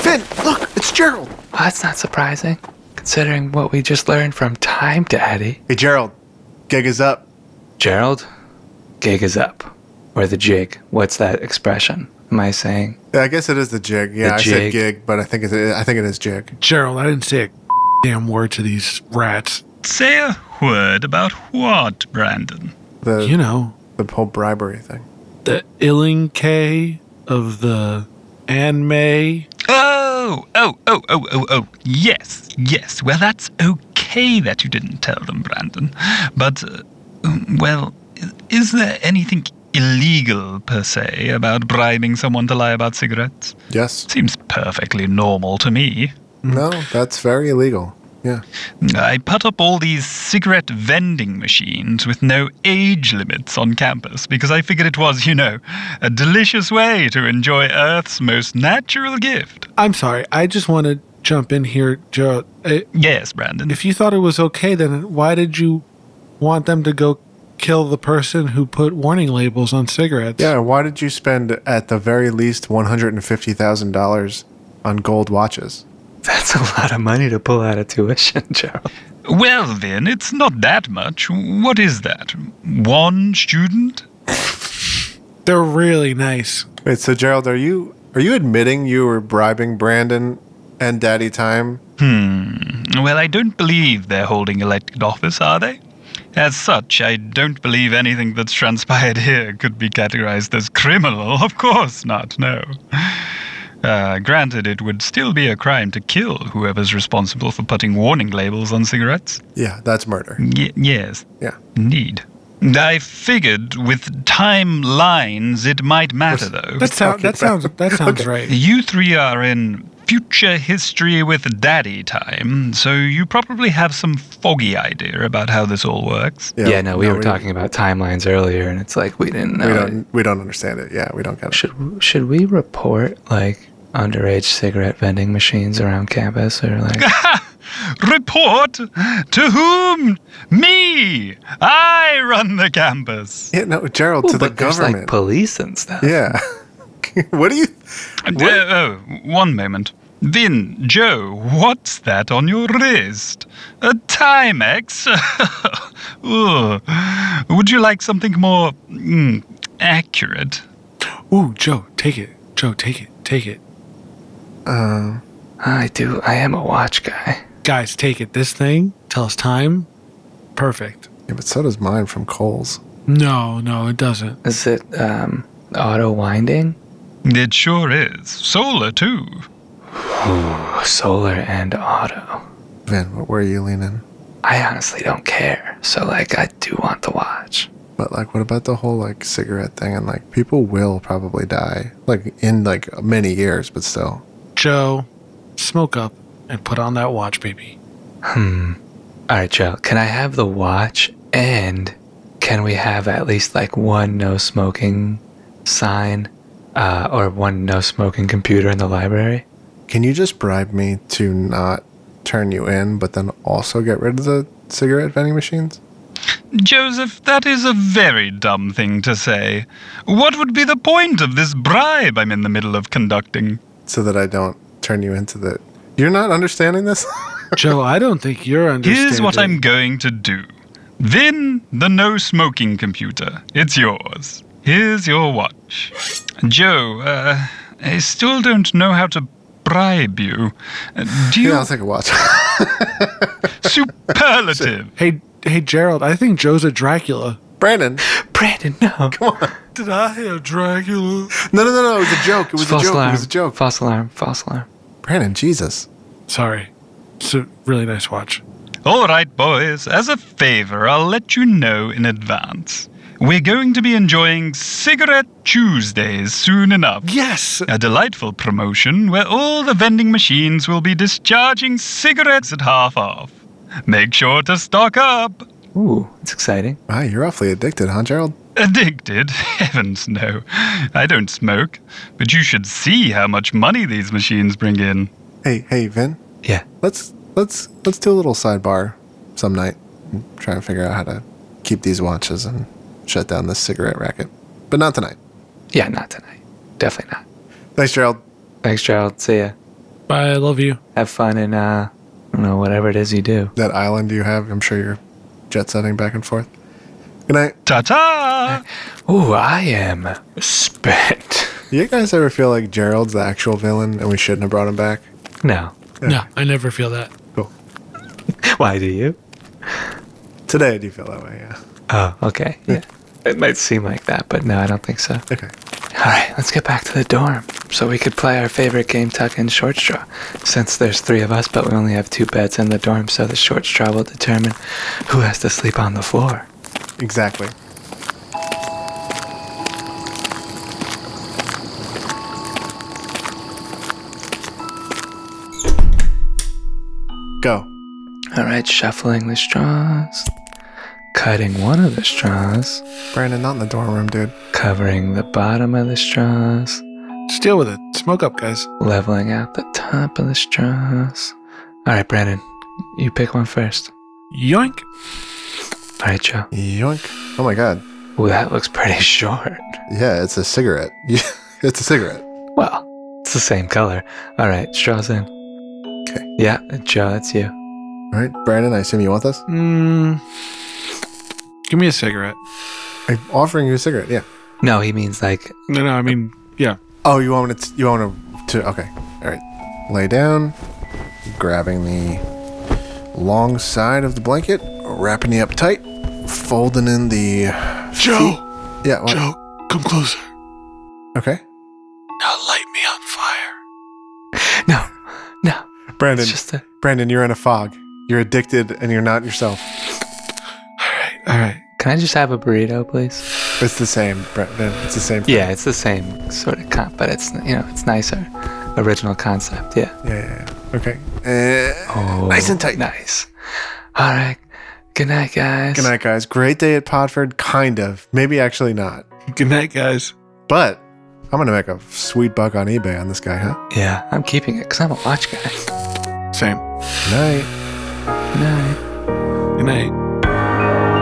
S3: Finn, look, it's Gerald.
S4: Well, that's not surprising, considering what we just learned from Time Daddy.
S3: Hey, Gerald, gig is up.
S4: Gerald, gig is up. Or the jig. What's that expression? Am I saying?
S3: Yeah, I guess it is the jig. Yeah,
S4: The
S3: I
S4: jig.
S3: said gig, but I think it, I think it is jig.
S5: Gerald, I didn't say a damn word to these rats.
S11: Say a word about what, Brandon?
S3: The
S5: you know
S3: the whole bribery thing.
S5: The Illing K of the anime.
S11: Oh, oh, oh, oh, oh, oh. Yes, yes. Well, that's okay that you didn't tell them, Brandon. But, uh, um, well, i- is there anything illegal per se about bribing someone to lie about cigarettes?
S3: Yes.
S11: Seems perfectly normal to me.
S3: No, that's very illegal. Yeah.
S11: I put up all these cigarette vending machines with no age limits on campus because I figured it was, you know, a delicious way to enjoy Earth's most natural gift.
S5: I'm sorry. I just want to jump in here, Gerald. Uh,
S11: yes, Brandon.
S5: If you thought it was okay, then why did you want them to go kill the person who put warning labels on cigarettes?
S3: Yeah. Why did you spend at the very least one hundred and fifty thousand dollars on gold watches?
S4: That's a lot of money to pull out of tuition, Gerald.
S11: Well, Vin, it's not that much. What is that? One student?
S5: They're really nice.
S3: Wait. So Gerald, are you are you admitting you were bribing Brandon and Daddy Time?
S11: Hmm. Well, I don't believe they're holding elected office, are they? As such, I don't believe anything that's transpired here could be categorized as criminal. Of course not, no. Uh, granted, it would still be a crime to kill whoever's responsible for putting warning labels on cigarettes.
S3: Yeah, that's murder.
S11: Y- yes.
S3: Yeah.
S11: Indeed. I figured with timelines it might matter, though.
S5: That sounds. That sounds. That sounds right.
S11: You three are in future history with daddy time, so you probably have some foggy idea about how this all works.
S4: Yeah, no, we were talking about timelines earlier, and it's like we didn't know.
S3: we
S4: it.
S3: don't we don't understand it. Yeah, we don't get it.
S4: Should should we report like underage cigarette vending machines around campus or like?
S11: Report to whom? Me! I run the campus.
S3: Yeah, no, Gerald,
S11: Well,
S3: to the
S11: but there's,
S3: government.
S11: like,
S4: police and stuff.
S3: Yeah. what do you.
S11: oh, one moment. Vin, Joe, what's that on your wrist? A Timex? Ugh. Would you like something more mm, accurate?
S5: Ooh, Joe, take it. Joe, take it. Take it.
S3: Um,
S4: I do. I am a watch guy.
S5: Guys, take it. This thing tells time. Perfect.
S3: Yeah, but so does mine from Coles.
S5: No, no, it doesn't.
S4: Is it um auto winding?
S11: It sure is. Solar too.
S4: Oh, solar and auto.
S3: Vin, what were you leaning?
S4: I honestly don't care. So like, I do want the watch.
S3: But like, what about the whole like cigarette thing? And like, people will probably die like in like many years, but still.
S5: Joe, smoke up and put on that watch, baby.
S4: Hmm. All right, Joe. Can I have the watch and can we have at least like one no smoking sign uh, or one no smoking computer in the library?
S3: Can you just bribe me to not turn you in, but then also get rid of the cigarette vending machines?
S11: Joseph, that is a very dumb thing to say. What would be the point of this bribe I'm in the middle of conducting?
S3: So that I don't turn you into the. You're not understanding this?
S5: Joe, I don't think you're understanding.
S11: Here's what I'm going to do. Then the no smoking computer. It's yours. Here's your watch. Joe, uh, I still don't know how to bribe you. Uh, do you?
S3: Yeah, I'll take a watch.
S11: Superlative.
S5: Hey, hey, Gerald, I think Joe's a Dracula.
S3: Brandon.
S4: Brandon, no.
S3: Come on.
S5: Did I have Dracula?
S3: No, no, no, no. It was a joke. It was
S4: false
S3: a joke.
S4: alarm.
S3: It was a joke.
S4: False alarm. False alarm.
S3: Brandon, Jesus.
S5: Sorry. It's a really nice watch.
S11: All right, boys, as a favor, I'll let you know in advance. We're going to be enjoying Cigarette Tuesdays soon enough.
S5: Yes!
S11: A delightful promotion where all the vending machines will be discharging cigarettes at half off. Make sure to stock up.
S4: Ooh, it's exciting.
S3: Wow, you're awfully addicted, huh, Gerald?
S11: Addicted? Heavens no. I don't smoke, but you should see how much money these machines bring in.
S3: Hey, hey, Vin.
S4: Yeah.
S3: Let's let's let's do a little sidebar some night. and try and figure out how to keep these watches and shut down this cigarette racket. But not tonight.
S4: Yeah, not tonight. Definitely not.
S3: Thanks, Gerald.
S4: Thanks, Gerald. See ya.
S5: Bye, I love you.
S4: Have fun in, uh, I don't know, whatever it is you do.
S3: That island you have, I'm sure you're jet setting back and forth. Good night.
S11: Ta ta!
S4: Ooh, I am spent.
S3: You guys ever feel like Gerald's the actual villain and we shouldn't have brought him back?
S4: No.
S5: No, I never feel that.
S4: Why do you?
S3: Today I do feel that way, yeah.
S4: Oh, okay. Yeah. it might seem like that, but no, I don't think so.
S3: Okay.
S4: All right, let's get back to the dorm so we could play our favorite game, Tuck and Short Straw. Since there's three of us, but we only have two beds in the dorm, so the Short Straw will determine who has to sleep on the floor.
S3: Exactly. Go.
S4: All right, shuffling the straws, cutting one of the straws,
S3: Brandon, not in the dorm room, dude.
S4: covering the bottom of the straws,
S5: Just deal with it. Smoke up, guys.
S4: leveling out the top of the straws. All right, Brandon, you pick one first.
S5: Yoink.
S4: All right, Joe.
S3: Yoink. Oh my god.
S4: Ooh, that looks pretty short.
S3: Yeah, it's a cigarette. it's a cigarette.
S4: Well, it's the same color. All right, straws in.
S3: Okay.
S4: Yeah, Joe, that's you.
S3: All right, Brandon, I assume you want this?
S5: Mm. Give me a cigarette.
S3: I'm offering you a cigarette, yeah.
S4: No, he means like
S5: No, no, I mean, yeah.
S3: Oh, you want it? To, you want to? to- Okay. All right. Lay down. Grabbing the long side of the blanket, wrapping you up tight, folding in the.
S5: Joe,
S3: Yeah. What?
S5: Joe, come closer.
S3: Okay.
S5: Now light me on fire.
S4: no, no.
S3: Brandon.
S4: It's just a
S3: Brandon, you're in a fog. You're addicted, and you're not yourself.
S5: All right.
S4: Can I just have a burrito, please?
S3: It's the same, Brandon. It's the same. Thing.
S4: Yeah, it's the same sort of comp, but it's you know it's nicer, original concept. Yeah.
S3: Yeah. yeah, yeah. Okay. Uh,
S4: Oh,
S3: Nice and tight.
S4: Nice. All right. Good night, guys.
S3: Good night, guys. Great day at Podford. Kind of. Maybe actually not.
S5: Good night, guys.
S3: But I'm gonna make a sweet buck on eBay on this guy, huh?
S4: Yeah, I'm keeping it because I'm a watch guy.
S5: Same.
S3: Good night.
S4: Good night.
S5: Good night.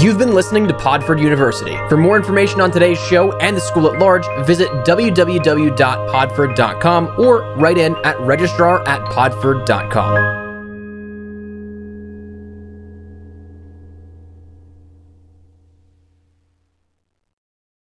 S2: You've been listening to Podford University. For more information on today's show and the school at large, visit www.podford.com or write in at registrar at podford.com.